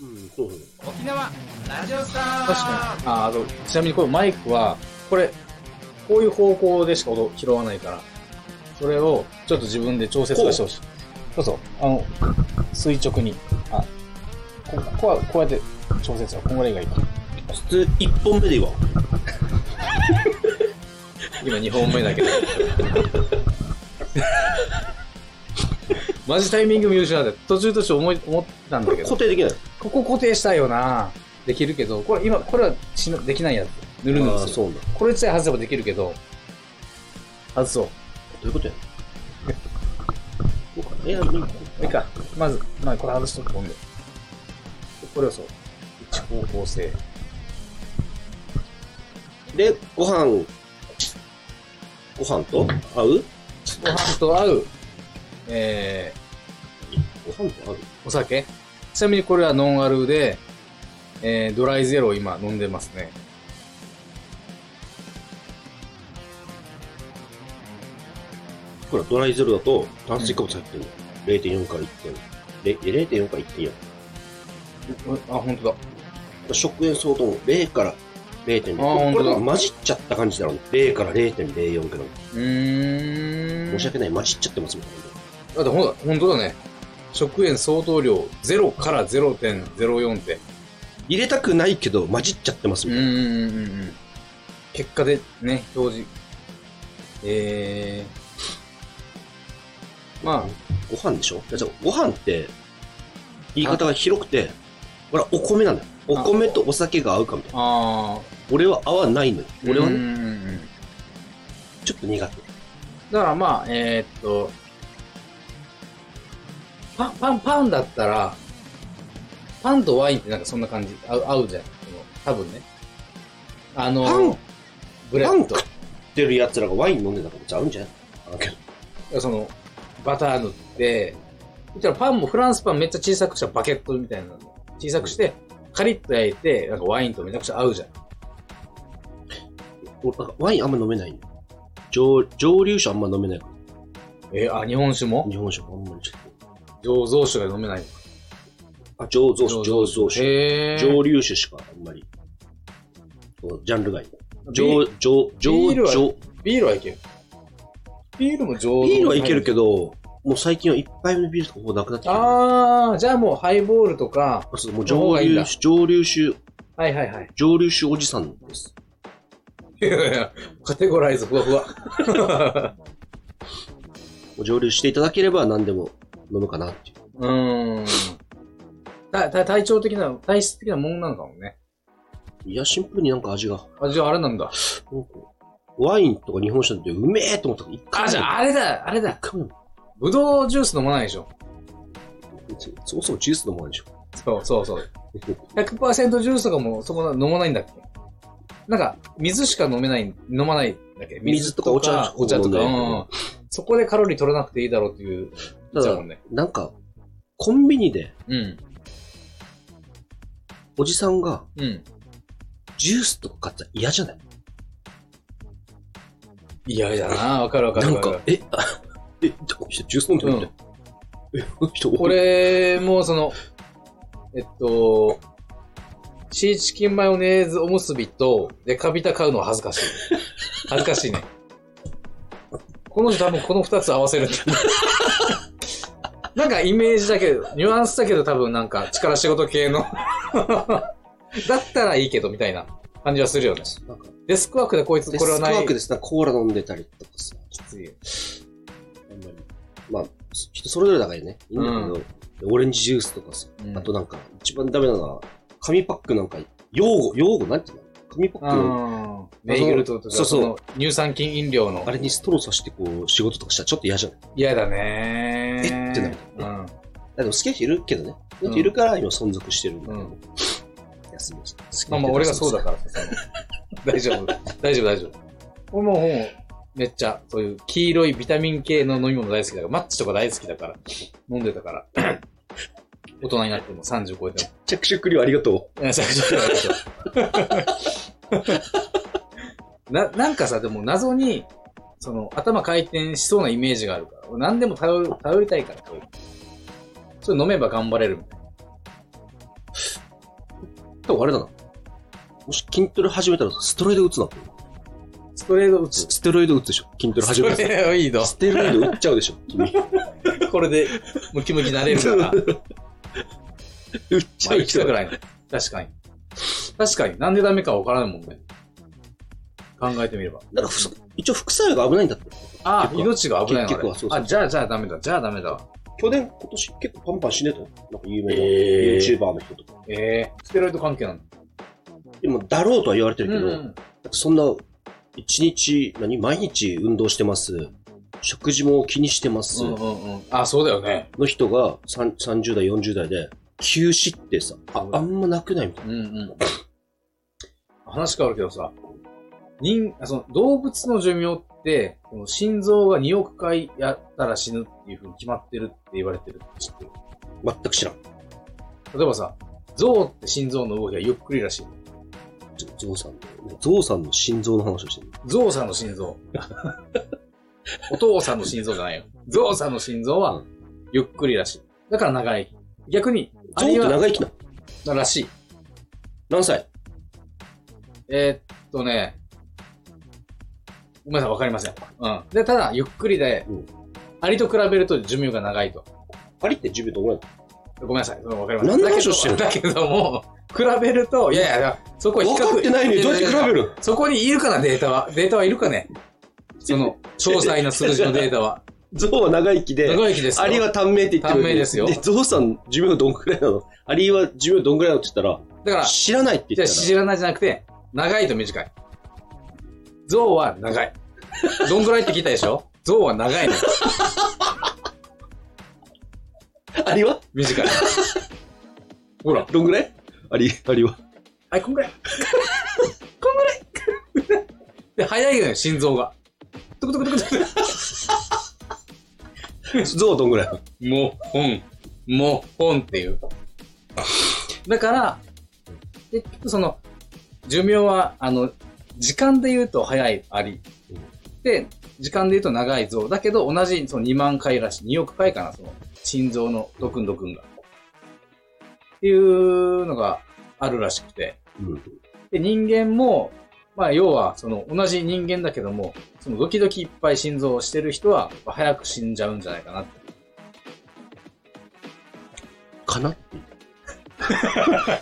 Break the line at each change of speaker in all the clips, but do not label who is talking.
うん、候補。
沖縄ラジオスター
確かに。あ、あと、ちなみにこのマイクは、これ、こういう方向でしか音拾わないから、それをちょっと自分で調節がしてほしい。そうそう。あの、垂直に。あ、こここは、こうやって調節は、こんぐらいがいいかな。
普通、一本目でいいわ。
今2本目だけど。マジタイミング見失うんだ途中途中思い思ったんだけど
固。定できない。
ここ固定したいよなできるけど、これ今、これはしなできないやつ。ぬるぬる
あー
する。
そうなん。ど
これさえ外せばできるけど、外そう。
ういうことや。こうかな。いや、なんか
いいか。まず、まあ、これ外しとくもんで。これをそう。一方向性。
で、ご飯、ご飯と合う
ご飯と合う、え
ご飯と合う
ー、お酒。ちなみにこれはノンアルで、えー、ドライゼロを今飲んでますね。
ほら、ドライゼロだと、炭水化物入ってるの。0.4から1点。れ0.4から1点や。
あ、本当だ。
食塩相当も0から0.0。
あーほん
ことれだ
だ
から混じっちゃった感じだろうね。0から0.04くらい。
うーん。
申し訳ない。混じっちゃってますもんね。
だってほんとだ、本当だね。食塩相当量0から0.04点。
入れたくないけど、混じっちゃってます
う
も
ん
ん
う
ね。
んうんうん。結果でね、表示。えー、まあ、
ご飯でしょじゃあご飯って、言い方が広くて、ほら、お米なんだよ。お米とお酒が合うかみたいな。
ああ、
俺は合わないのよ。俺は
うん
ね、
うんうん
ちょっと苦手。
だからまあ、えーっと、パン、パン、パンだったら、パンとワインってなんかそんな感じ、合う合うじゃん。その多分ね。あ
パン
の、ブレ
パン
ッド
食。ってる奴らがワイン飲んでたからじゃあ合うんじゃないあけど
その、バター塗って、そしたらパンもフランスパンめっちゃ小さくしたバケットみたいなの。小さくして、カリッと焼いて、なんかワインとめちゃくちゃ合うじゃん。
俺なんかワインあんま飲めないのよ蒸蒸留酒あんま飲めないから
えーあ、日本酒も
日本酒もあんまりちょっ
醸造酒が飲めない。
と。あ、醸造酒、醸造酒。
へー
蒸留酒しかあんまり。そうジャンル外。
ビ
蒸、蒸、
ビー
蒸、
ルは
蒸。
ビールはいける。ビールも醸造
ビールはいけるけど、もう最近は一杯目のビールとかもうなくなってきた。
あー、じゃあもうハイボールとか、
そうもう
の方
蒸
がいいん
留
だ
酒、蒸留酒、
はいはいはい。
蒸留酒おじさんです。
いやいやカテゴライズふわふわ。
もう蒸留していただければ何でも飲むかなっていう。
うーん。たた体調的な、体質的なもんなのかもね。
いや、シンプルになんか味が。
あ、じゃああれなんだ。
なんかワインとか日本酒なんてうめえと思ったけど、一回も
あ、じゃああれだ、あれだ
一。回も
ぶどうジュース飲まないでしょ。
そそもそもジュース飲まないでしょ。
そうそうそう。100%ジュース とかもそこな飲まないんだっけなんか、水しか飲めない、飲まないんだっけ
水とかお茶
お茶とか、
飲
うん
だり
ん。そこでカロリー取らなくていいだろうっていう、
た
だ
だ
も、んね。
なんか、コンビニで
うん。
おじさんが
うん。
ジュースとか買ったら嫌じゃない
嫌だなわかるわか
な
るわ
ん
かる
か。、え、あえ、この人ジュース飲んでるみたいな。え、この人、
こ、れもその、えっと、シーチキンマヨネーズおむすびとデカビタ買うのは恥ずかしい。恥ずかしいね。この人多分この二つ合わせるんだ。なんかイメージだけど、ニュアンスだけど多分なんか力仕事系の。だったらいいけどみたいな感じはするよね。
なんか
デスクワークでこいつ
デ
これは
スク
ない。
ワークですな、コーラ飲んでたりとかさ、
きつい
あんまり。まあ、人それぞれだからね、いいんだけど、オレンジジュースとかさ、
うん
あとなんか、一番ダメなのは、紙パックなんか、用語、用語なんていうの紙パックの、
うんベーグルとか
そうそう
その乳酸菌飲料の
あ。れにストローさしてこう、仕事とかしたらちょっと嫌じゃない
嫌だねー
えってなる
うん。
あでも好きな人いるけどね。
うん
いるから今存続してるんだけど。
う
休みです。好き
ま
な
あ
人
まあ俺がそうだ
か
からさ、その 大丈夫、大丈夫、大丈夫。俺もうもう、めっちゃ、そういう黄色いビタミン系の飲み物大好きだから、マッチとか大好きだから、飲んでたから。 大人になっても30超えても。
ら。着色料ありがと
いや最初から最初 な、なんかさ、でも謎に、その、頭回転しそうなイメージがあるから、俺何でも頼る、頼りたいから、そういうそれ飲めば頑張れるみたいな。
多分あれだな。もし筋トレ始めたらステロイド打つな。
ストレート打
ス
つ。
ステロイド打つでしょ。筋トレ始めたら。
いいの
ステロイド打っちゃうでしょ。君
これで、ムキムキなれるから。
打っちゃう
行
で
き
しょ
たく。ないの。確かに。確かに。なんでダメかわからないもんね。考えてみれば。
なんかふそ、一応副作用が危ないんだって。
ああ、命
結
が危ないの
結局はそうそう
あ、じゃあ、じゃあダメだ。じゃあダメだわ。
去年、今年結構パンパン死ねたよ。なんか有名な
えー
YouTuber の人とか。
ええステロイド関係なの。
でも、だろうとは言われてるけど、
うん
そんな、一日、何毎日運動してます。食事も気にしてます。
うんうんうん。あ、そうだよね。
の人がさん30代、40代で、休止ってさ、ああんまなくないみたい
うんうん。話変わるけどさ、人、あその動物の寿命って、この心臓が2億回やったら死ぬっていうふうに決まってるって言われてるって知ってる。
な。全く知らん。
例えばさ、象って心臓の動きがゆっくりらしいの。
ゾゾウさんの、ゾウさんの心臓の話をしてる。
象さんの心臓。 お父さんの心臓じゃないよ。象さんの心臓はゆっくりらしい。だから長生き。逆に、
ゾウって長生きなの
ならしい。
何歳
えーっとね、ごめんなさい、わかりません。うん。で、ただ、ゆっくりで、
うん
アリと比べると寿命が長いと。
パリって10秒と思え
ごめんなさい、それわかりません。
何の話をしてる
だけどだけども、比べると、いやいやいや、そこは比
分
較
かってないのにどうやって比べる
そこにいるかな、データは。データはいるかね。その、詳細な数字のデータ は。
ゾウは長生きで、
長生きですよ。
アリは短命って言ってるのに。
短命ですよ
で、ゾウさん寿命どんくらいなのアリは寿命どんくらいなのって言っ
だか
たら、
ら、
知らないって
じゃ
言
あ、
って
知らないじゃなくて、長いと短い。象は長い。どんぐらいって聞いたでしょ象は長いの。
たら、アリは
短い。ほら、
どんぐらいアリ、アリは。
あれ、こんぐらい。 こんぐらい。で、早いのよ、心臓が。トクトクトクト
ゾウはどんぐらいなの
ク。もう、ほん。もう、ほんっていう。だから、結局その、寿命は、あの、時間で言うと早いアリ。で、時間で言うと長い像。だけど、同じ、その2万回らしい。2億回かな、その、心臓のドクンドクンが。っていうのがあるらしくて。
うん。
で、人間も、まあ、要は、その、同じ人間だけども、その、ドキドキいっぱい心臓をしてる人は、早く死んじゃうんじゃないかなって。
かなって
か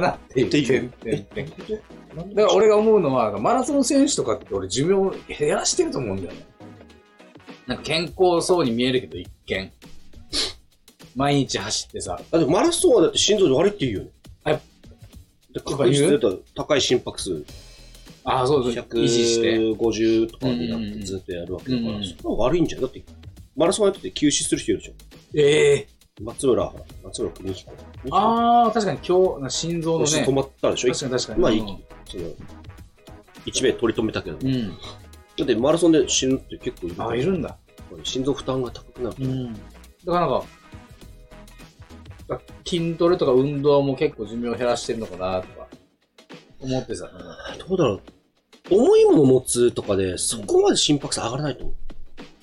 なっていう。
っていう
だから、俺が思うのは、マラソン選手とかって俺、寿命を減らしてると思うんだよね。なんか、健康そうに見えるけど、一見。毎日走ってさ、
あ、でもマラソンはだって心臓で悪いって言うよね。
あやっ
で確実に言うと高い心拍数、
ああ、そうそう、
150
維持して。
とかになってずっとやるわけだか
うんうん
ら、
うん
それは悪いんじゃん。だって、マラソンやってて休止する人いるでし
ええ
ょ。松浦、松浦邦彦。
ああ、確かに今日な、心臓の
そ
ね
う止。まったでしょ
確かに確かに。
まあいい
うん
その、一名取り留めたけど。だ
うん。
ってマラソンで死ぬって結構いる。
ああ、いるんだ。
心臓負担が高くなる。
うん。だからなんか、筋トレとか運動も結構寿命を減らしてるのかなとか、思ってさ。
どうだろう。重いもの持つとかで、そこまで心拍数上がらないと思う。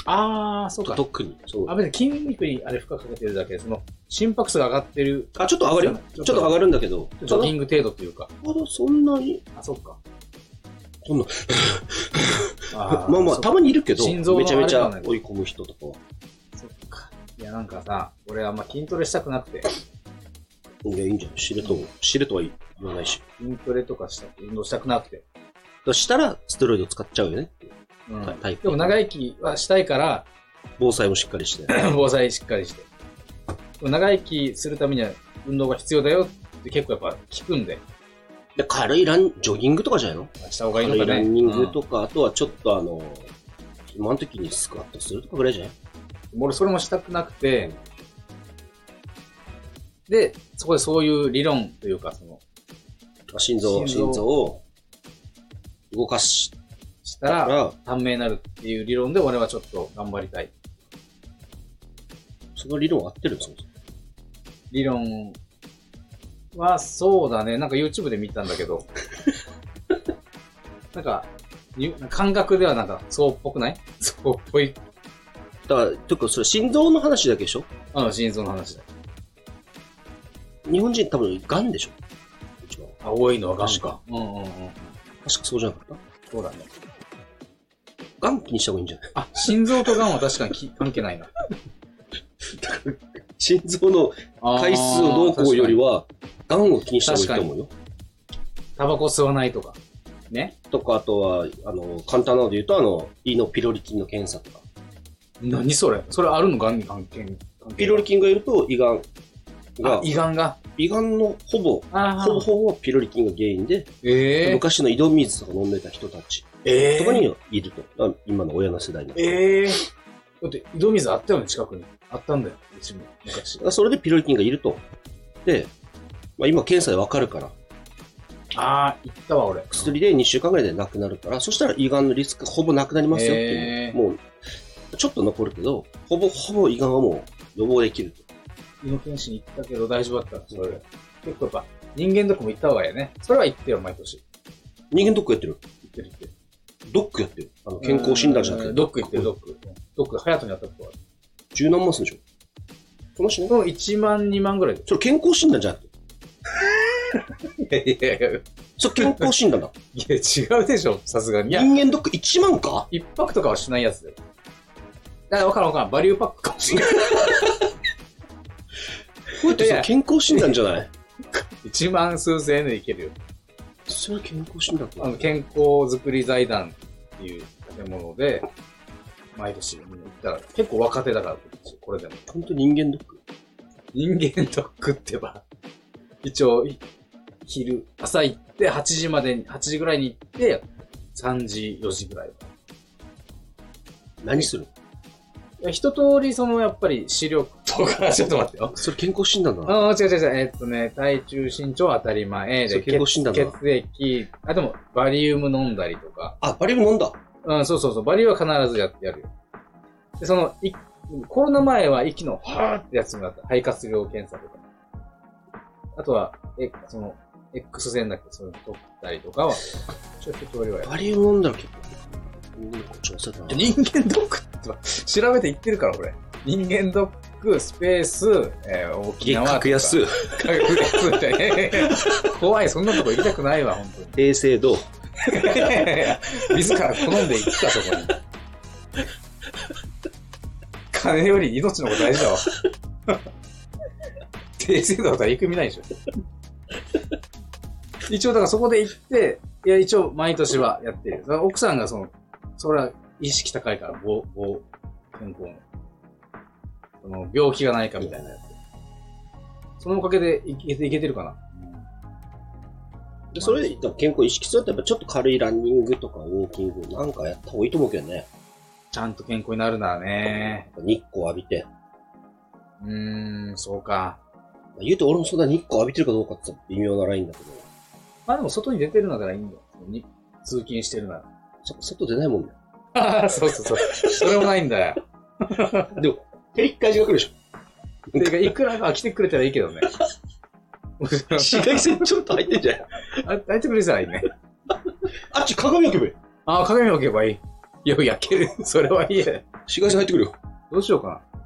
ああ、そうか。
特に。そう
あ、別に筋肉にあれ負荷かけてるだけで、その、心拍数が上がってる、
あ、ちょっと上がるよ。ちょっと上がるんだけど。
ジ
た
ョ
だ
ギング程度っていうか。
まだそんなに、
あ、そっか。
そんな、
あー
まあまあ、
そ
たまにいるけど、
心臓の
めちゃめち
あ
ゃ
れだね
追い込む人とかは。
そっか。いや、なんかさ、俺あんま筋トレしたくなくて、
いや、いいんじゃない知ると、知るとは言わないし。だか
筋トレとかした、運動したくなくて。
らしたら、ステロイド使っちゃうよね。
うん。
タイプ
でも長生きはしたいから、
防災もしっかりして。
防災しっかりして。長生きするためには運動が必要だよって結構やっぱ聞くんで、
で、軽いラン、ジョギングとかじゃないの
した方がいい
軽
の
い
かね。
ランニングとか、あとはちょっとあの、今の時にスクワットするとかぐらいじゃない
うん俺それもしたくなくて、で、そこでそういう理論というか、その、
あ心臓、
心臓
心臓を動かし
した
た
ら、
ら、
短命になるっていう理論で俺はちょっと頑張りたい。
その理論合ってるんですよ。
理論は、そうだね。なんか YouTube で見たんだ けど、なんか、に感覚ではなんか、そうっぽくない そうっぽい。
だから、というか、それ心臓の話だけでしょ
あの、心臓の話だ。
日本人多分、癌でしょ
青いのはガン
確
か
か。
うんうんうん。
確かそうじゃなかっ
そうだね。
た元気にした方がいいんじゃない
あ、心臓とガンは確かにき関係ないな。
心臓の 回数をどうこうよりは、がんを気にした方がいいと思うよ。
確かにタバコ吸わないとか。ね。
とか、あとは、あの、簡単なので言うと、あの、胃のピロリ菌の検査とか。
何それそれあるのガンに関係関係
ピロリ菌がいると、胃がん
あ
が、
胃がんが。
胃がんのほぼ、
あ
ほぼほぼピロリ菌が原因で、
ええ
昔の井戸水とか飲んでた人たち
ええ
とかにいると。あ今の親の世代の。
ええだって、井戸水あったよね、近くに。あったんだよ、うちも。昔。
それでピロリ菌がいると。で、まあ、今検査でわかるから、
ああ、行ったわ、俺。
薬で2週間ぐらいでなくなるから、そしたら胃がんのリスクほぼなくなりますよって
へ
い
ー
う。もう、ちょっと残るけど、ほぼほぼ胃がんはもう予防できる。
胃の検診行ったけど大丈夫だった。それで。結構やっぱ、人間ドックも行った方がいいよね。それは行ってよ、毎年。
人間ドックやってる
行ってる行ってる。
ドックやってるあの、健康診断じゃなく
う
て。
んドック行ってる、ドック。ドック、隼人に会ったことある。
十何万するでしょその人ね、
その1万、2万ぐらい
それ健康診断じゃなくて。
で。いやいやいや、
それ健康診断だ。
いや、違うでしょ、さすがに。 いや、
人間ドック1万か
一泊とかはしないやつだよ。だから分からん分からん。バリューパックかもしれない。
これって
いや
さ、健康診断じゃない
1万数千円でいけるよ。
それ健康診断
あ
か
の、健康づくり財団っていう建物で、毎年行ったら、結構若手だから、これでも。
本当人間ドック
人間ドックってば、一応、い昼、朝行って、8時までに、8時ぐらいに行って、3時、4時ぐらい。
何する
いや一通り、その、やっぱり、視力とか、 ちょっと待ってよ。
それ健康診断だな。
ああ、違う違う違う。えっとね、体中身長当たり前
そう
で、
健康診断だ
血液、あ、でも、バリウム飲んだりとか。
あ、バリウム飲んだ。
うん、そうそうそう、バリウムは必ずやってやるよ。で、その、いコロナ前は息の、はーってやつもやった。肺活量検査とか。あとは、え、その、X 線だっけ、そういうの取ったりとかは、ちょっと通りはやる。
バリウム飲んだら結構。うんこっち忘れたな
人間ドックって、調べて言ってるから、俺。人間ドック、スペース、えー、沖縄とか。
格安、
格安みたいな 怖い、そんなとこ行きたくないわ、本当に。
低精度。
自ら好んで行くか、そこに。金より命の方が大事だわ。低精度だったら行く意味ないでしょ。一応、だからそこで行って、いや、一応、毎年はやってる。だから奥さんがその、それは意識高いから、ぼ、ぼ、健康の。その、病気がないかみたいなやつ。そのおかげでいけていけてるかな。
でそれ、健康意識するとやっぱちょっと軽いランニングとかウォーキングなんかやった方がいいと思うけどね。
ちゃんと健康になるならね。
日光浴びて。
うーん、そうか。
まあ言うと俺もそんな日光浴びてるかどうかって微妙なラインだけど、
まあでも外に出てるならいいんだよ。に通勤してるな
そ外出ないもんね。
ら。 ああ、そうそうそう。それもないんだよ。
でも、照り返しが来るでしょ。
てか、いくらか来てくれたらいいけどね。
紫外線ちょっと入ってんじゃん。
あ、開いてくれたらいいね。
あっち鏡置けばいい。
ああ、鏡を置けばいい。いや、焼ける。それはいいや。
紫外線入ってくるよ。
どうしようかな。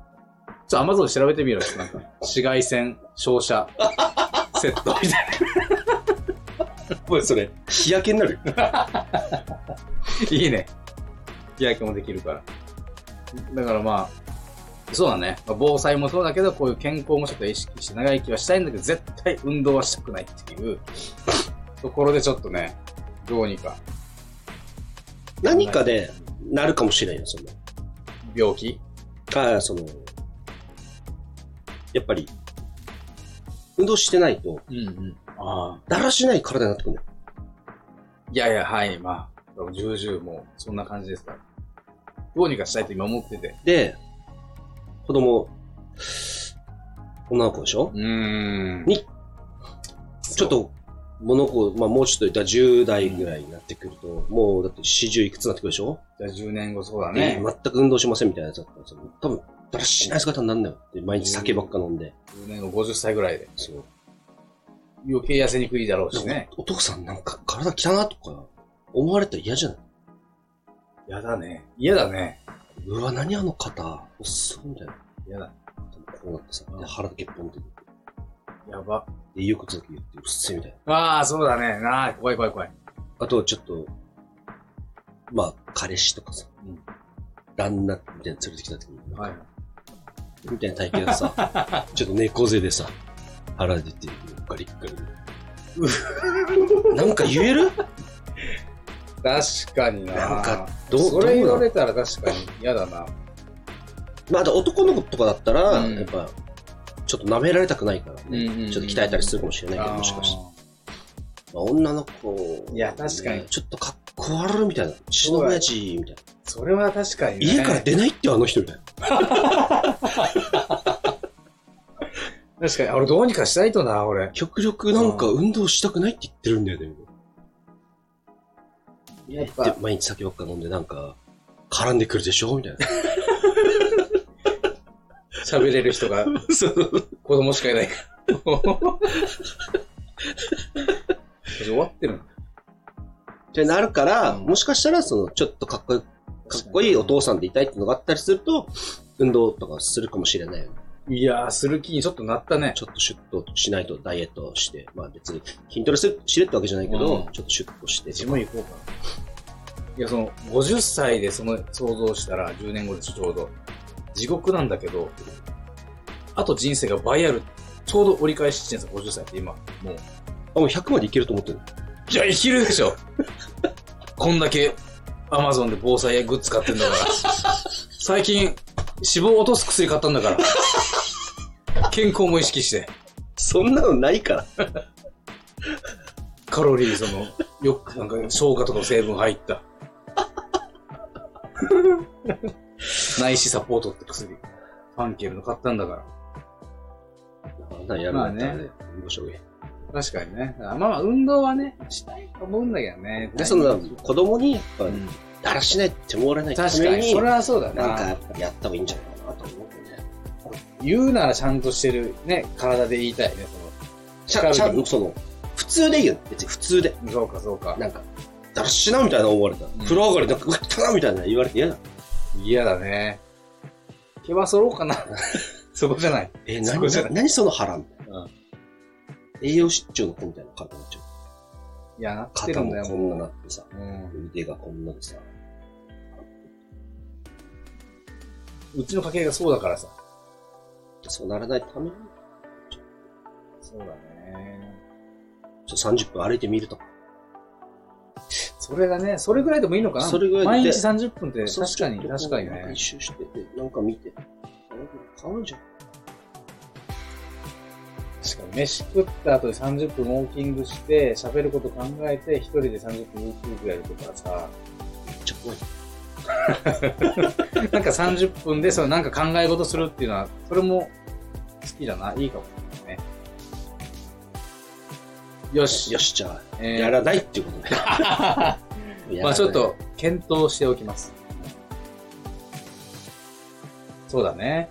ちょっと Amazon で調べてみろ。なんか、紫外線、照射、セットみたい
もうそれ、日焼けになるよ。
な。いいね。日焼けもできるから。だからまあ、そうだね。まあ防災もそうだけど、こういう健康もちょっと意識して長生きはしたいんだけど、絶対運動はしたくないっていうところでちょっとね、どうにか
何かで、なるかもしれんよ、その。
病気
か、その、やっぱり、運動してないと、
うんうん。ああ。
だらしない体になってくるのよ
いやいや、はい、まあ、重々もう、そんな感じですから。どうにかしたいと今思ってて。
で、子供、女の子でしょ
うーん。
にちょっと、物子、まあもうちょっと言ったら10代ぐらいになってくると、もうだって40いくつになってくるでしょ、
じゃあ10年後そうだ
で
ね。
全く運動しませんみたいなやつだったら、その多分、だらしない姿になるんだよ。で毎日酒ばっか飲んで。
10年後50歳ぐらいで。
そう。
余計痩せにくいだろうしね。
お父さんなんか体汚なとか、思われたら嫌じゃない
やだね。嫌だね。
うわ、何あの肩、おっそうみたいな。
嫌だ。
こうなってさ、で腹だけポンって。
やば。
で、よく続き言って、うっせえみたいな。
ああ、そうだね。なあ、怖い怖い怖い。
あと、ちょっと、まあ、彼氏とかさ、
うん
旦那みたいなの連れてきた時に、
はい。
みたいな体型がさ、 ちょっと猫背でさ、腹出てる、ガリッガリでうっ なんか言える
確かにな。
なんかどう
それ
どう
言
なの
われたら確かに嫌だな。
まあ、あと男の子とかだったら、
うん
やっぱ、ちょっと舐められたくないからね、
うんうんうん
ちょっと鍛えたりするかもしれないけど、もしかして。まあ、女の子、
いや確かに
ちょっとかっこ悪いみたいな。血の親父みたいな。
それは確かに、ね。
家から出ないってよあの人みたいな。
確かに。俺どうにかしたいとな、俺。
極力なんか運動したくないって言ってるんだよね。
やっ
で
ぱ、
毎日酒ばっか飲んでなんか、絡んでくるでしょみたいな。
喋れる人 が
そう
子供しかいない から。終わってる
ってなるから、
うん
もしかしたら、その、ちょっとかっこいい、かっこいいお父さんでいたいっていうのがあったりすると、運動とかするかもしれないよね。
いやー、する気にちょっとなったね。
ちょっとシュッとしないとダイエットして、まあ別に筋トレするしれってわけじゃないけど、
うん
ちょっとシュッとして。
自分行こうかな。いや、その、50歳でその想像したら、10年後でちょうど、地獄なんだけど、あと人生が倍ある。ちょうど折り返し地点です50歳って今。もう。
あ、もう100までいけると思ってる。
いや、生きるでしょ。 こんだけ、アマゾンで防災グッズ買ってんだから。最近、脂肪を落とす薬買ったんだから。健康も意識して。
そんなのないから。
カロリー、その、よく、なんか、生姜とかの成分入った。内視サポートって薬。ファンケルの買ったんだから。
なんやるんだったらね、運動しようよ
確かにね。まあまあ、運動はね、したいと思うんだけどね。
で、その、
う
子供に、やっぱ、
ん
だらしないってもらえないた
確
め
か
に、
に、それはそうだ
なん
な。
かやっぱりやった方がいいんじゃないかなと思うけどね。
言うならちゃんとしてる、ね、体で言いたいね。
ちゃん、ちゃ、
うん
その、普通でいいよね。別に普通で。
んそうか、そうか。
なんか、だらしなみたいな思われたら。
ん
風呂上がりなんか、うわったなみたいな言われて嫌だ。
嫌だね。毛は揃ろ うかな。そこじゃない。
え、
そこ
何、
じゃな。
ない何その腹みたいうなん栄養失調の子みたいな体になっちゃう。
いや、なって
肩
るん
も
だよ、
こ
も
ん
う。
ななってさ、
うん
腕がこんなでさ。
うちの家系がそうだからさ。
そうならないために、
そうだね。
ちょっと30分歩いてみるとか。
それがね、それぐらいでもいいのかな
それぐらい
毎
で
日30分って、
そう
確
ちょ
か
っと
に、
こう
確かに
なん
ね
一。周して、なんか見て。変わるじゃん。
確かに、飯食った後で30分ウォーキングして、喋ること考えて、一人で30分 YouTube やるとかさ、
めっちゃ怖い。
なんか30分で、そのなんか考え事するっていうのは、それも好きだな。いいかもしれないね。よし、
よし、じゃあ、
えー
やらないっていうことね。 やらない
まあちょっと、検討しておきます。そうだね。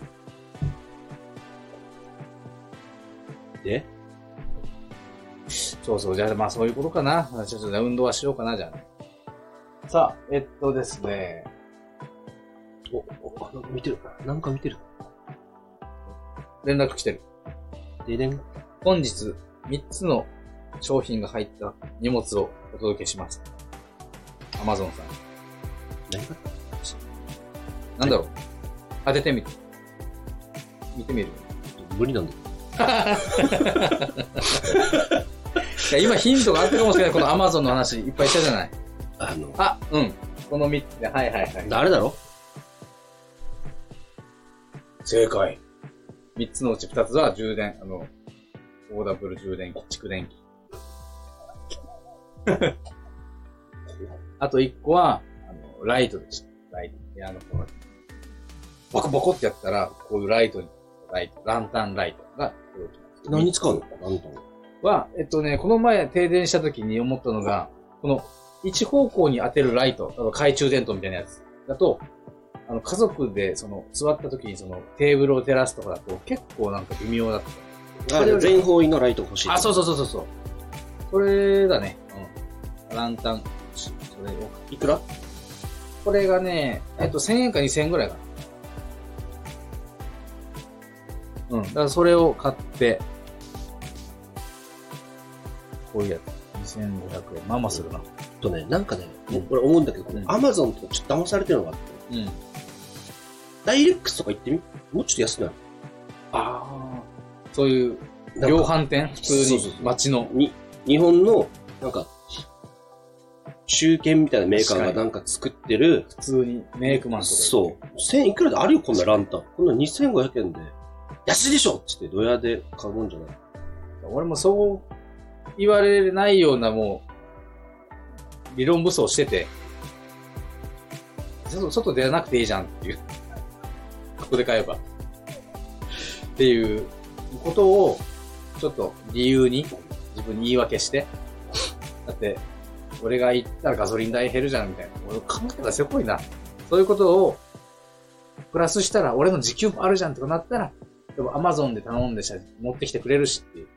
で、
そうそう。じゃあ、まあそういうことかな。ちょっとね、運動はしようかな、じゃあね。さあ、えっとですね。
お、お、なんか見てる。なんか見てる。
連絡来てる。
ででん。
本日、3つの商品が入った荷物をお届けします。アマゾンさん。
何が
なんだろう当ててみて。見てみる
無理なんだよ。
いや、今ヒントがあったかもしれない。このアマゾンの話、いっぱいしたじゃない。
あの、
あ、うん。この3つで、はいはいはい。
誰だろ
正解。3つのうち2つは充電、あの、オーダブル充電器、蓄電器。あと1個は、あの、ライトでした。ライト。部屋のこの、ボコボコってやったら、こういうライトに、ライト、ランタンライトが届きます。
何に使うの何だろ
は、えっとね、この前停電した時に思ったのが、この一方向に当てるライト、あの懐中電灯みたいなやつだと、あの家族でその座った時にそのテーブルを照らすとかだと結構なんか微妙だっ
うあ
それより
全方位のライト欲しい。
た。あ、そうそうそうそうそう。それだね。うん。ランタン、それを。
う。いくら
これがね、えっと1000円か2000円ぐらいかな。うん。だからそれを買って、こういうやつ。2500円。まあまあするな。
とね、なんかね、もう
うん
俺思うんだけど、
うん
アマゾンとかちょっと騙されてるのがあって、
うん。
ダイレックスとか行ってみもうちょっと安くなる。
ああ。そういう、
なんか
量販店普通
そうそうそ
に
う
街の。
に、日本の、なんか、中堅みたいなメーカーがなんか作ってる、
普通にメイクマンとか。
そう。1000いくらであるよ、こんなランタン。こんな2500円で。安いでしょっつって、ドヤで買うもんじゃない。
俺もそう言われないようなもう、理論武装してて、外外出なくていいじゃんっていう。ここで買えば。っていうことを、ちょっと理由に、自分に言い訳して。だって、俺が行ったらガソリン代減るじゃんみたいな。俺考えたらせこいな。そういうことを、プラスしたら俺の時給もあるじゃんとかなったら、でもアマゾンで頼んでし持ってきてくれるしっていう。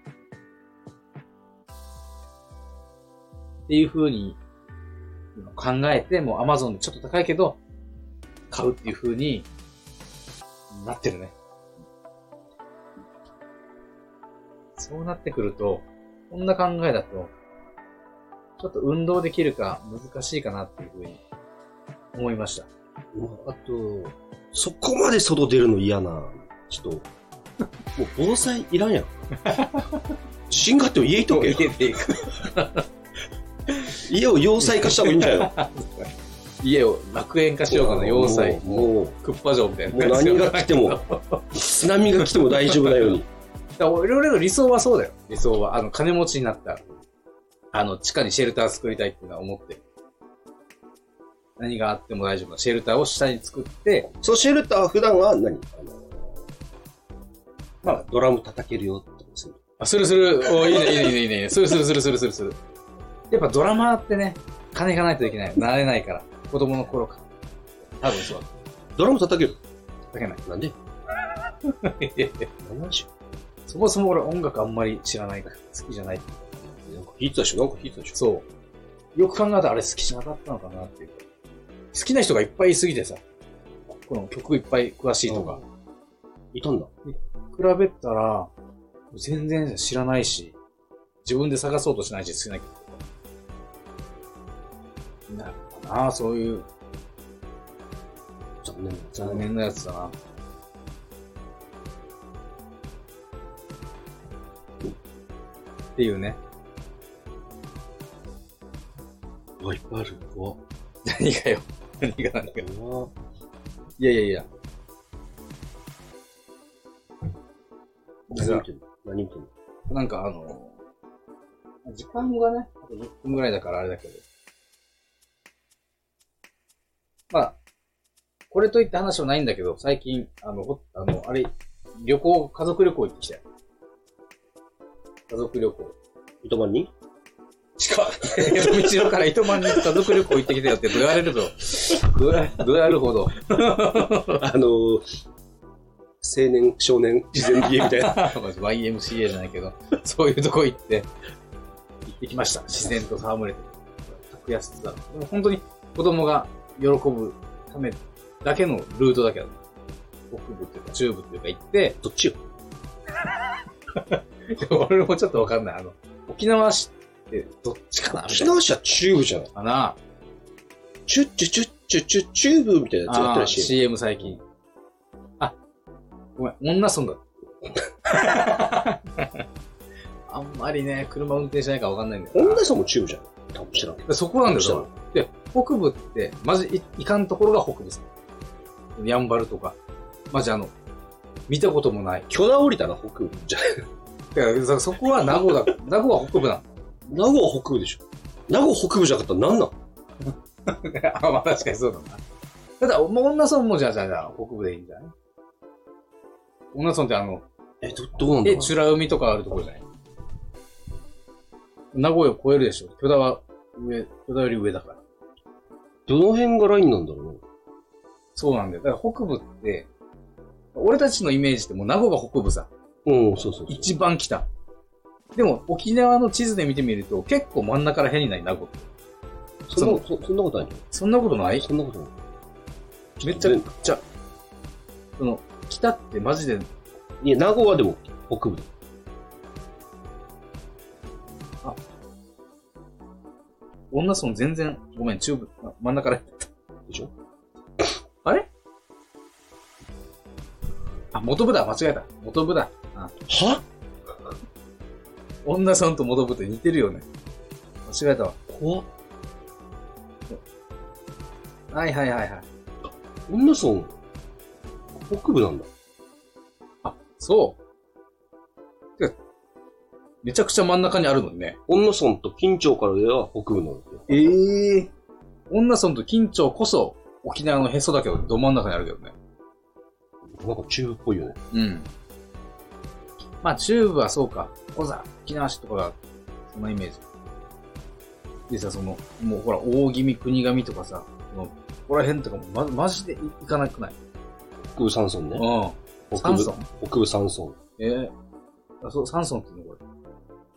っていう風に考えて、もう Amazon でちょっと高いけど、買うっていう風になってるね。そうなってくると、こんな考えだと、ちょっと運動できるか難しいかなっていう風に思いました。
まあ、あと、そこまで外出るの嫌な人、もう防災いらんやん。地震があっても家いとけよ。
家で
家を要塞化した方がいいんじゃない
家を楽園化しようかな、
の
要塞。
もう、もう
クッパ城みたいな。
もう何が来ても。津波が来ても大丈夫なように。
だから俺俺の理想はそうだよ。理想は。あの、金持ちになったら。あの、地下にシェルター作りたいっていうのは思ってる。何があっても大丈夫なシェルターを下に作って、
そのシェルターは普段は何あの、まあ、ドラム叩けるよってことですね。
あ、するする、おいいね、いいね、いいね、いいね、するするするするするする。やっぱドラマーってね、金がないといけない。慣れないから。子供の頃から。多分そうだ。
ドラム叩ける
だけない
なんで
いやいや。
何の話
そもそも俺音楽あんまり知らないから、好きじゃない。
なんか弾いてたでしょなんか弾いてたでしょ
そう。よく考えたらあれ好きじゃなかったのかなっていう。好きな人がいっぱいいすぎてさ、この曲いっぱい詳しいとか。
いたんだ。
比べたら、全然知らないし、自分で探そうとしないし、好きな曲とか。なるかなそういう
残念
残念なやつだな。っていうね。
うわ、いっぱいある。うわ。
何がよ。何が何が。
うわ
いやいやいや。
何見てんの何見てんの
なんかあの、時間がね、あと10分ぐらいだからあれだけど。まあ、これといった話はないんだけど、最近、あの、ほあの、あれ、旅行、家族旅行行ってきたよ。家族旅 行。
糸満に
近い。道のから糸満に家族旅行行ってきたよって、どうやれる と。どうや、どうやるほど。
あのー、青年、少年、自然美みたいな。
YMCA じゃないけど、そういうとこ行って、行ってきました。自然と戯れて。格安だ。でも本当に子供が喜ぶためだけのルートだけど、北部っていうか中部っていうか行って、
どっちよ
でも俺もちょっとわかんない。あの、沖縄市ってどっちかなみた
沖
いな。
縄市はチューブじゃない
かな
チュッチュチュッチュチュッチューブみたいなやつやっ
あ
て
ー
るしい。
CM 最近。あ、ごめん、女村だ。 あんまりね、車運転しないからわかんないんだよな
女さんもチューブじゃん。多分知らんけど。
でそこなんです
どう
よ。で、北部って、まずいいかんところが北部です。やんばるとか。まじあの、見たこともない。
巨大降りたな、北部じゃない。
だからだからそこは名 護だ。名護は北部な
名護は北部でしょ。名護北部じゃなかったら何なの
の。 あ、まあ確かにそうだな。ただ、もう女村もじゃあじゃあじゃあ北部でいいんじゃない女村ってあの、
え、ど、どうなんだ
え、
ろう
美ら海とかあるところじゃない名古屋を超えるでしょ。巨田は上、巨田より上だから。
どの辺がラインなんだろうね。
そうなんだよ。だから北部って、俺たちのイメージってもう名護が北部さ。
うん、そうそうそう。
一番北。でも、沖縄の地図で見てみると、結構真ん中ら辺にない、名護って。
そんなこと、そそんなことないよ。
そんなことない
そんなことない。
めちゃくちゃ。その、北ってマジで、
いや、名護はでも北部だ。
女村全然、ごめん、チューブ、あ真ん中から入った。
でしょ
あれあ、元部だ、間違えた。元部だ。あ
は
女村と元部って似てるよね。間違えたわ。
怖っ
はいはいはいはい。
女村、北部なんだ。
あ、そう。てかめちゃくちゃ真ん中にあるのにね。
女村と金町からでは北部なんだよ。
ええ女村と金町こそ沖縄のへそだけど、ど真ん中にあるけどね。
なんか中部っぽいよね。
うん。まあ、中部はそうか。小座、沖縄市とかが、そんなイメージ。でさ、その、もうほら、大気味、国神とかさ、そのここら辺とかも、ま、マジで行かなくない
北部三村ね。
う
北
三
部
村、
北部三村。
ん。ええあ、そう、三村って言うのこ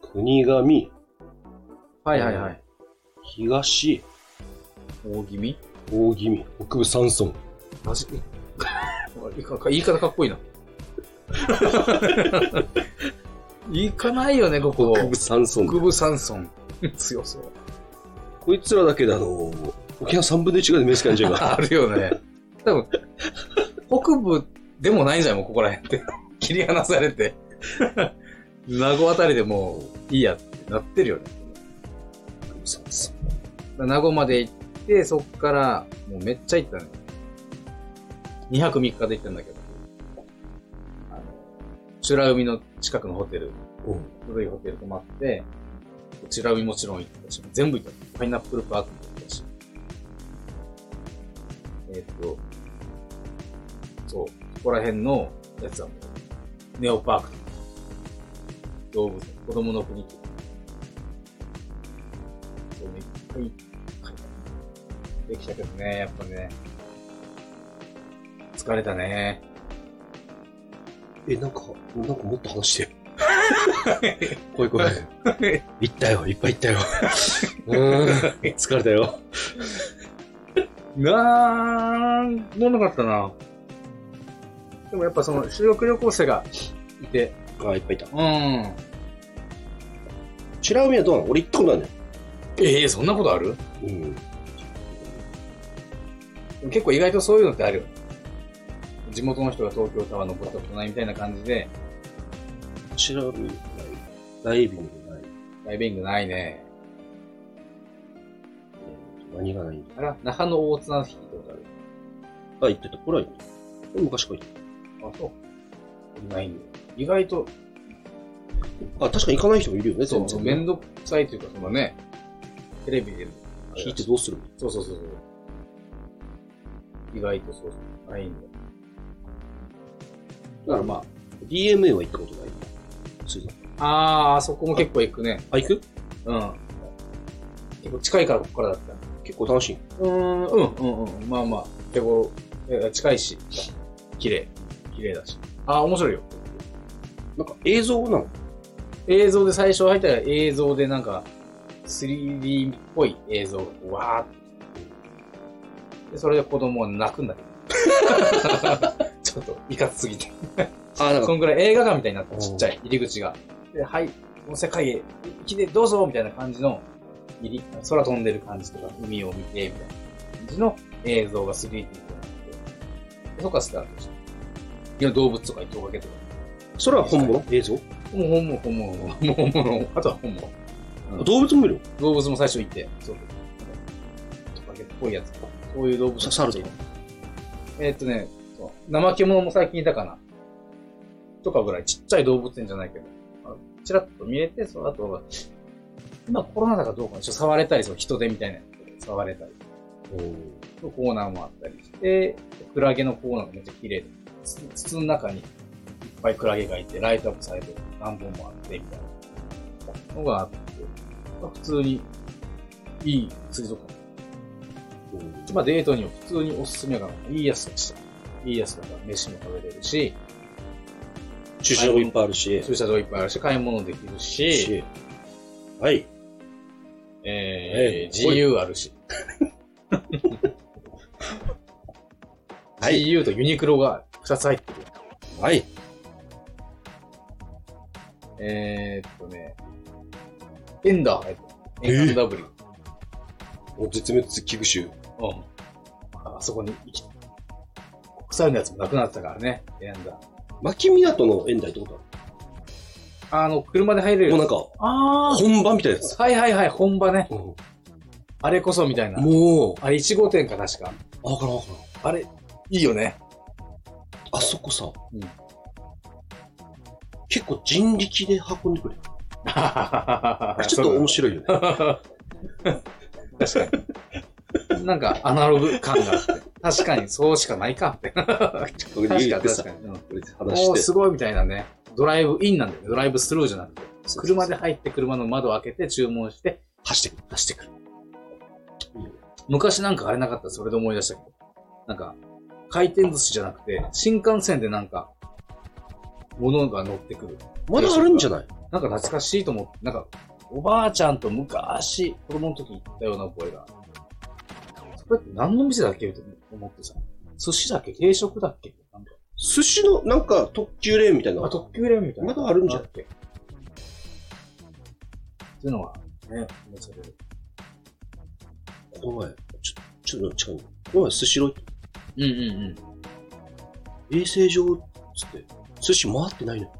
れ。
国神、
はいはいはい。
東、
大気味
大宜味、北部三村。
マジいか言い方かっこいいな。行かないよね、ここ。
北部三村。
北部三村。強そう。
こいつらだけであの、沖縄三分の一ぐらいで目つかんじゃう か
あるよね。多分、北部でもないんじゃん、もうここら辺って。切り離されて。名護あたりでもういいやってなってるよね。
ら。北部三村。
名護まで行って、そっから、もうめっちゃ行ったね。2泊3日で行ったんだけど。あの、美ら海の近くのホテル、
うん。
古いホテル泊まって、美ら海もちろん行ったし、全部行った。パイナップルパークも行ったし。えーっ、と、そう、ここら辺のやつはもう、ネオパークとか、動物園、子供の国とか、そうね、いっぱい、いっぱいできたけどね、やっぱね。疲れたね。
え、なんか、なんかもっと話して。 怖い怖い。行ったよ、いっぱい行ったよ。うーん、疲れたよ。
なんもなかったな。でもやっぱその修学旅行生がいて、
あ、いっぱいいた。
うん。え
チラ海はどうなの俺行ったことない
えそんなことある
んだよ。
結構意外とそういうのってあるよ。地元の人が東京タワー登ったことないみたいな感じで、
うん。チラ海ない。ダイビングない。
ダイビングないね。
何がないんだ
あら、那覇の大津綱引きってことある
あ、行ってた。これは行ってた。昔から行って
あ、そう。ないんだよ。意外と、
た。あ、確かに行かない人もいるよね、
そ
全
う、そう
然。
めんどくさいというか、そのね、テレビで、
引いてどうするの
そうそうそうそう。意外とそうそう。ないんだよ。だからまあ、
?DMA は行ったことないんだ。つい
あー、あそこも結構行くね。
あ、行く
うん。結構近いからここからだった。
結構楽しい。
うーん、うん、うん、うん。まあまあ、結構、え近いし、綺麗。綺麗だし。あー、面白いよ。
なんか映像なの
映像で最初入ったら映像でなんか、3D っぽい映像がこうわーって。で、それで子供は泣くんだけど。 ちょっと、いかつすぎて。
あ、なん
そ
か、
んぐらい映画館みたいになった、ちっちゃい入り口が。で、はい、この世界へ、来てどうぞみたいな感じの、入り、空飛んでる感じとか、海を見て、みたいな感じの映像が 3D になってて、でそこからスタートした。いや、動物とか糸かけとか。
それは本物映像
もう本物、本物、本物、本物、あとは本物。うん
動物もいる
動物も最初いて、そう。トカゲっぽいやつとか。そういう動物
の猿とか。
えーっとね、そう怠け者も最近いたかな。とかぐらい、ちっちゃい動物園じゃないけど、あちらっと見れて、その後は、今コロナだからどうかな、ちょっと触れたり、そう人手みたいなやつで触れたり、
うん
のコーナーもあったりして、クラゲのコーナーがめっちゃ綺麗で、つ筒の中にいっぱいクラゲがいて、ライトアップされて何本もあって、みたいなのがあって、まあ普通にいい水族館まあデートには普通におすすめがいいやつでした。いいやつだから飯も食べれるし、
駐車場もいっぱいあるし。
駐車場いっぱいあるし、買い物できるし、
しはい。
え
ええ
ー、自由あるし。
はい
自由とユニクロが2つ入ってる。
はい。
えーっとね、エンダーが入ってる。エンダブリ。
もう絶滅危惧種。
うん。あそこに生き、国産のやつもなくなってたからね、選んだ。
牧港の園台ってこと
あの、車で入
だ
れる
もう
や
な
つ。
んか、
あ
本番みたいなやつ。
あ。はいはいはい、本場ね。
うん
あれこそみたいな。
もう、
あれ、1号店か確か。
あ、わからんわからん。
あれ、いいよ ね。
あそこさ、
うん
結構人力で運んでくれ。あれち
ち
ょっと 面白いよね。
確かに。なんか、アナログ感があって。確かに、そうしかないかっ て。
確
確かに、
さ
確かに。うん
話
おー
して。
すごいみたいなね。ドライブインなんだよね。ドライブスルーじゃなくて。車で入って車の窓を開けて注文して
走ってく
走ってくる。昔なんかあれなかったそれで思い出したけど。なんか、回転寿司じゃなくて、新幹線でなんか、物が乗ってくる。
る。まだあるんじゃない
なんか懐かしいと思って、なんか、おばあちゃんと昔、子供の時行ったような覚えが。それって何の店だっけって思ってさ。寿司だっけ定食だっけなんか、
寿司の、なんか特急レーンみたいな。
あ、特急レーンみたいな。
まだあるんじゃん
っけっていうのは、ね、思い出される。
この前、ちょ、ちょっと近いの。この前、寿司ロイ
うんうんうん。
衛生上、つって、寿司回ってないのよ。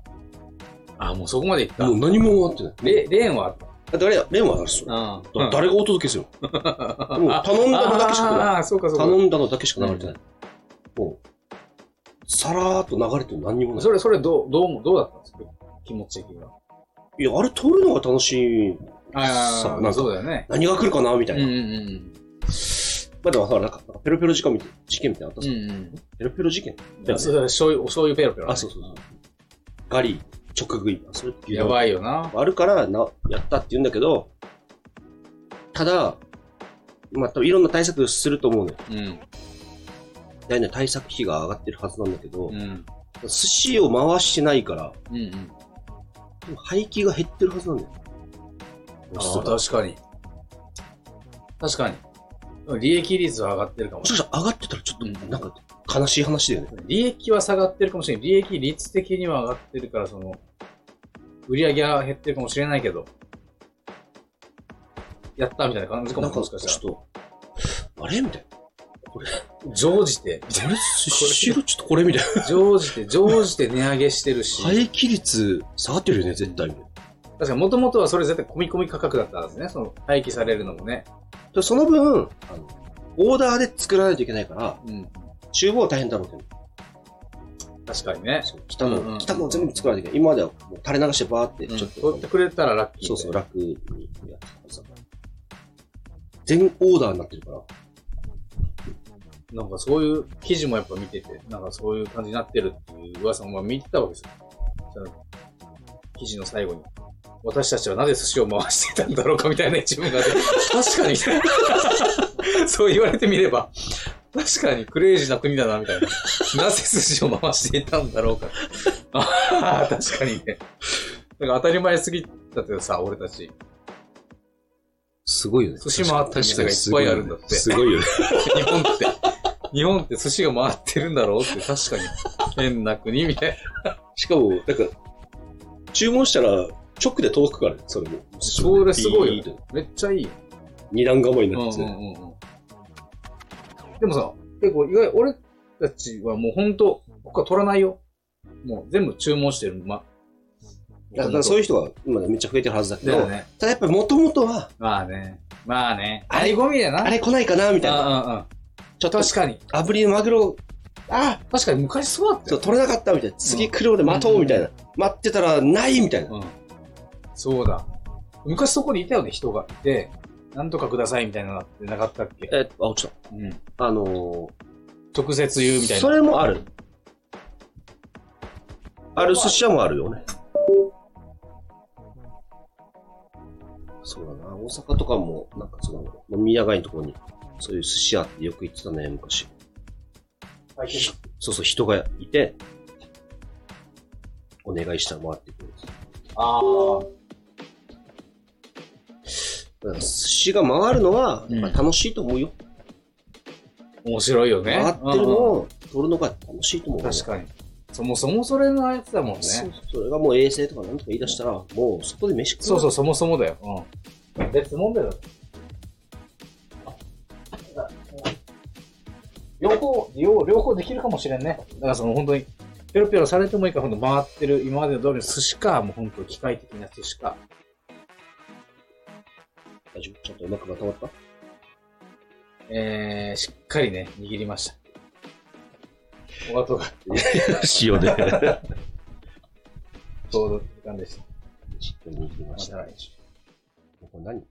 あ、もうそこまで行った。
もう何も回ってない。
レレーンはあった。
だってあれや、レーンはあるっすよ。
あ
だ誰がお届けする のもう頼んだのだけしかない。
あー、そうかそうか。
頼んだのだけしか流れてない。もう、さらーっと流れてる何にもない。
それ、それどう、どうも、どうだったんですか気持ち的には。
いや、あれ通るのが楽しい。
あ
さ
あ
なんか
そうだよね。
何が来るかなみた
う
い
ん
な。
うん
ま
うん。
あでもさ、なんか、ペロペロ事件みたいな、事件みたいなのあったさ、
うんうん。
ペロペロ事件だよ
そ
ね。
れ醤油、お醤油ペロペロ、
あ、そうそうそう。ガリ、直食い。それっていう
や
のが
ばいよな。
あるからな、やったって言うんだけど、ただ、まあ、多分いろんな対策すると思うね。
うん。
だいたい対策費が上がってるはずなんだけど、
うん。
寿司を回してないから、
うんうん。
多分廃棄が減ってるはずなんだよ。
あー確かに。確かに。利益率は上がってるかも
もし
し
かしたら上がってたらちょっと、
うん
なんか、悲しい話だよね。
れない。利益は下がってるかもしれない。利益率的には上がってるから、その、売り上げは減ってるかもしれないけど、やったみたいな感じか
な
も、
んか、
もし
ちょ
かし
ったと、あれみたいな。
ら。常時て、
あれ寿司のちょっとこれみたいな。
常時て、常時て値上げしてるし、
廃棄率下がってるよね、絶対に。
確かにもともとはそれ絶対込み込み価格だったんですね。その、廃棄されるのもね。
でその分、あの、オーダーで作らないといけないから、
うん。
厨房は大変だろうけど、
確かにね。
そう来た
うんうんう
の、
ん
来たの全部作らないといけない。今まではもう垂れ流してバーって、
うん
ちょっ
取
と
って、くれたらラッキー。
そうそう、。楽にやってたからさ全オーダーになってるから、
なんかそういう記事もやっぱ見てて、なんかそういう感じになってるっていう噂もまあ見てたわけですよ。その記事の最後に。私たちはなぜ寿司を回していたんだろうかみたいな一文があって、確かにみたいな。 そう言われてみれば、確かにクレイジーな国だなみたいな。なぜ寿司を回していたんだろうか。ああ、確かにね。なんか当たり前すぎたけどさ、俺たち。
すごいよね。
寿司回ってる店がいっぱいあるんだって
すごいよね。
日本って、日本って寿司が回ってるんだろうって確かに変な国みたいな。
しかも、なんか、注文したら、直で届くからね、それも。
それすごい
ビ
よ
ーッと。
めっちゃいいよ。
二段構えに
うん
な
う
ってて。
んうんうん。でもさ、結構意外、俺たちはもうほんと、他取らないよ。もう全部注文してる。ま、
だからそう
い
いう人が今めっちゃ増えてるはずだけ
だよ
ど、
ね。
ただやっぱり元々は、
まあね。まあね。
あ
あ
れ
りゴミだな。
あれ来ないかなみたいな。
うんうんうん。
ちょっと
確かに。
炙りのマグロ、あ
確かに昔そうだった
そう
よ。
取れなかったみたいな。次来るまで待とうみたいな。待ってたらないみたいな。
うん。そうだ。昔そこにいたよね、人がいて。なんとかくださいみたいなのってなかったっけ
え、あ、落ち
うん。
た。あのー、
直接言うみたいな。
それもある。ある寿司屋もあるよね。そうだな。大阪とかも、なんかその、飲み屋街のところに、そういう寿司屋ってよく行ってたね、昔。ひそうそう、人がいて、お願いしたら回ってくる。
ああ。
だから寿司が回るのは、
うん
やっぱ楽しいと思うよ。
面白いよね。
回ってるの
うんうん
を取るのが楽しいと思うよ。
確かに。そもそもそれのやつだもんね。
そ
そうう
それがもう衛生とかなんとか言い出したら、もうそこで飯食う。
そうそもそもだよ。うん。別問題だ。両方、利用、両方できるかもしれんね。だからその本当に、ペロペロされてもいいから、ほんと回ってる、今までの通りの寿司か、もう本当機械的な寿司か。
大丈夫ちゃんとうまくまとまった
えー、しっかりね、握りました。お後が
塩 で。
ちょうど時間でした。
しっかり握りま
ま
したた。
来週。
これ何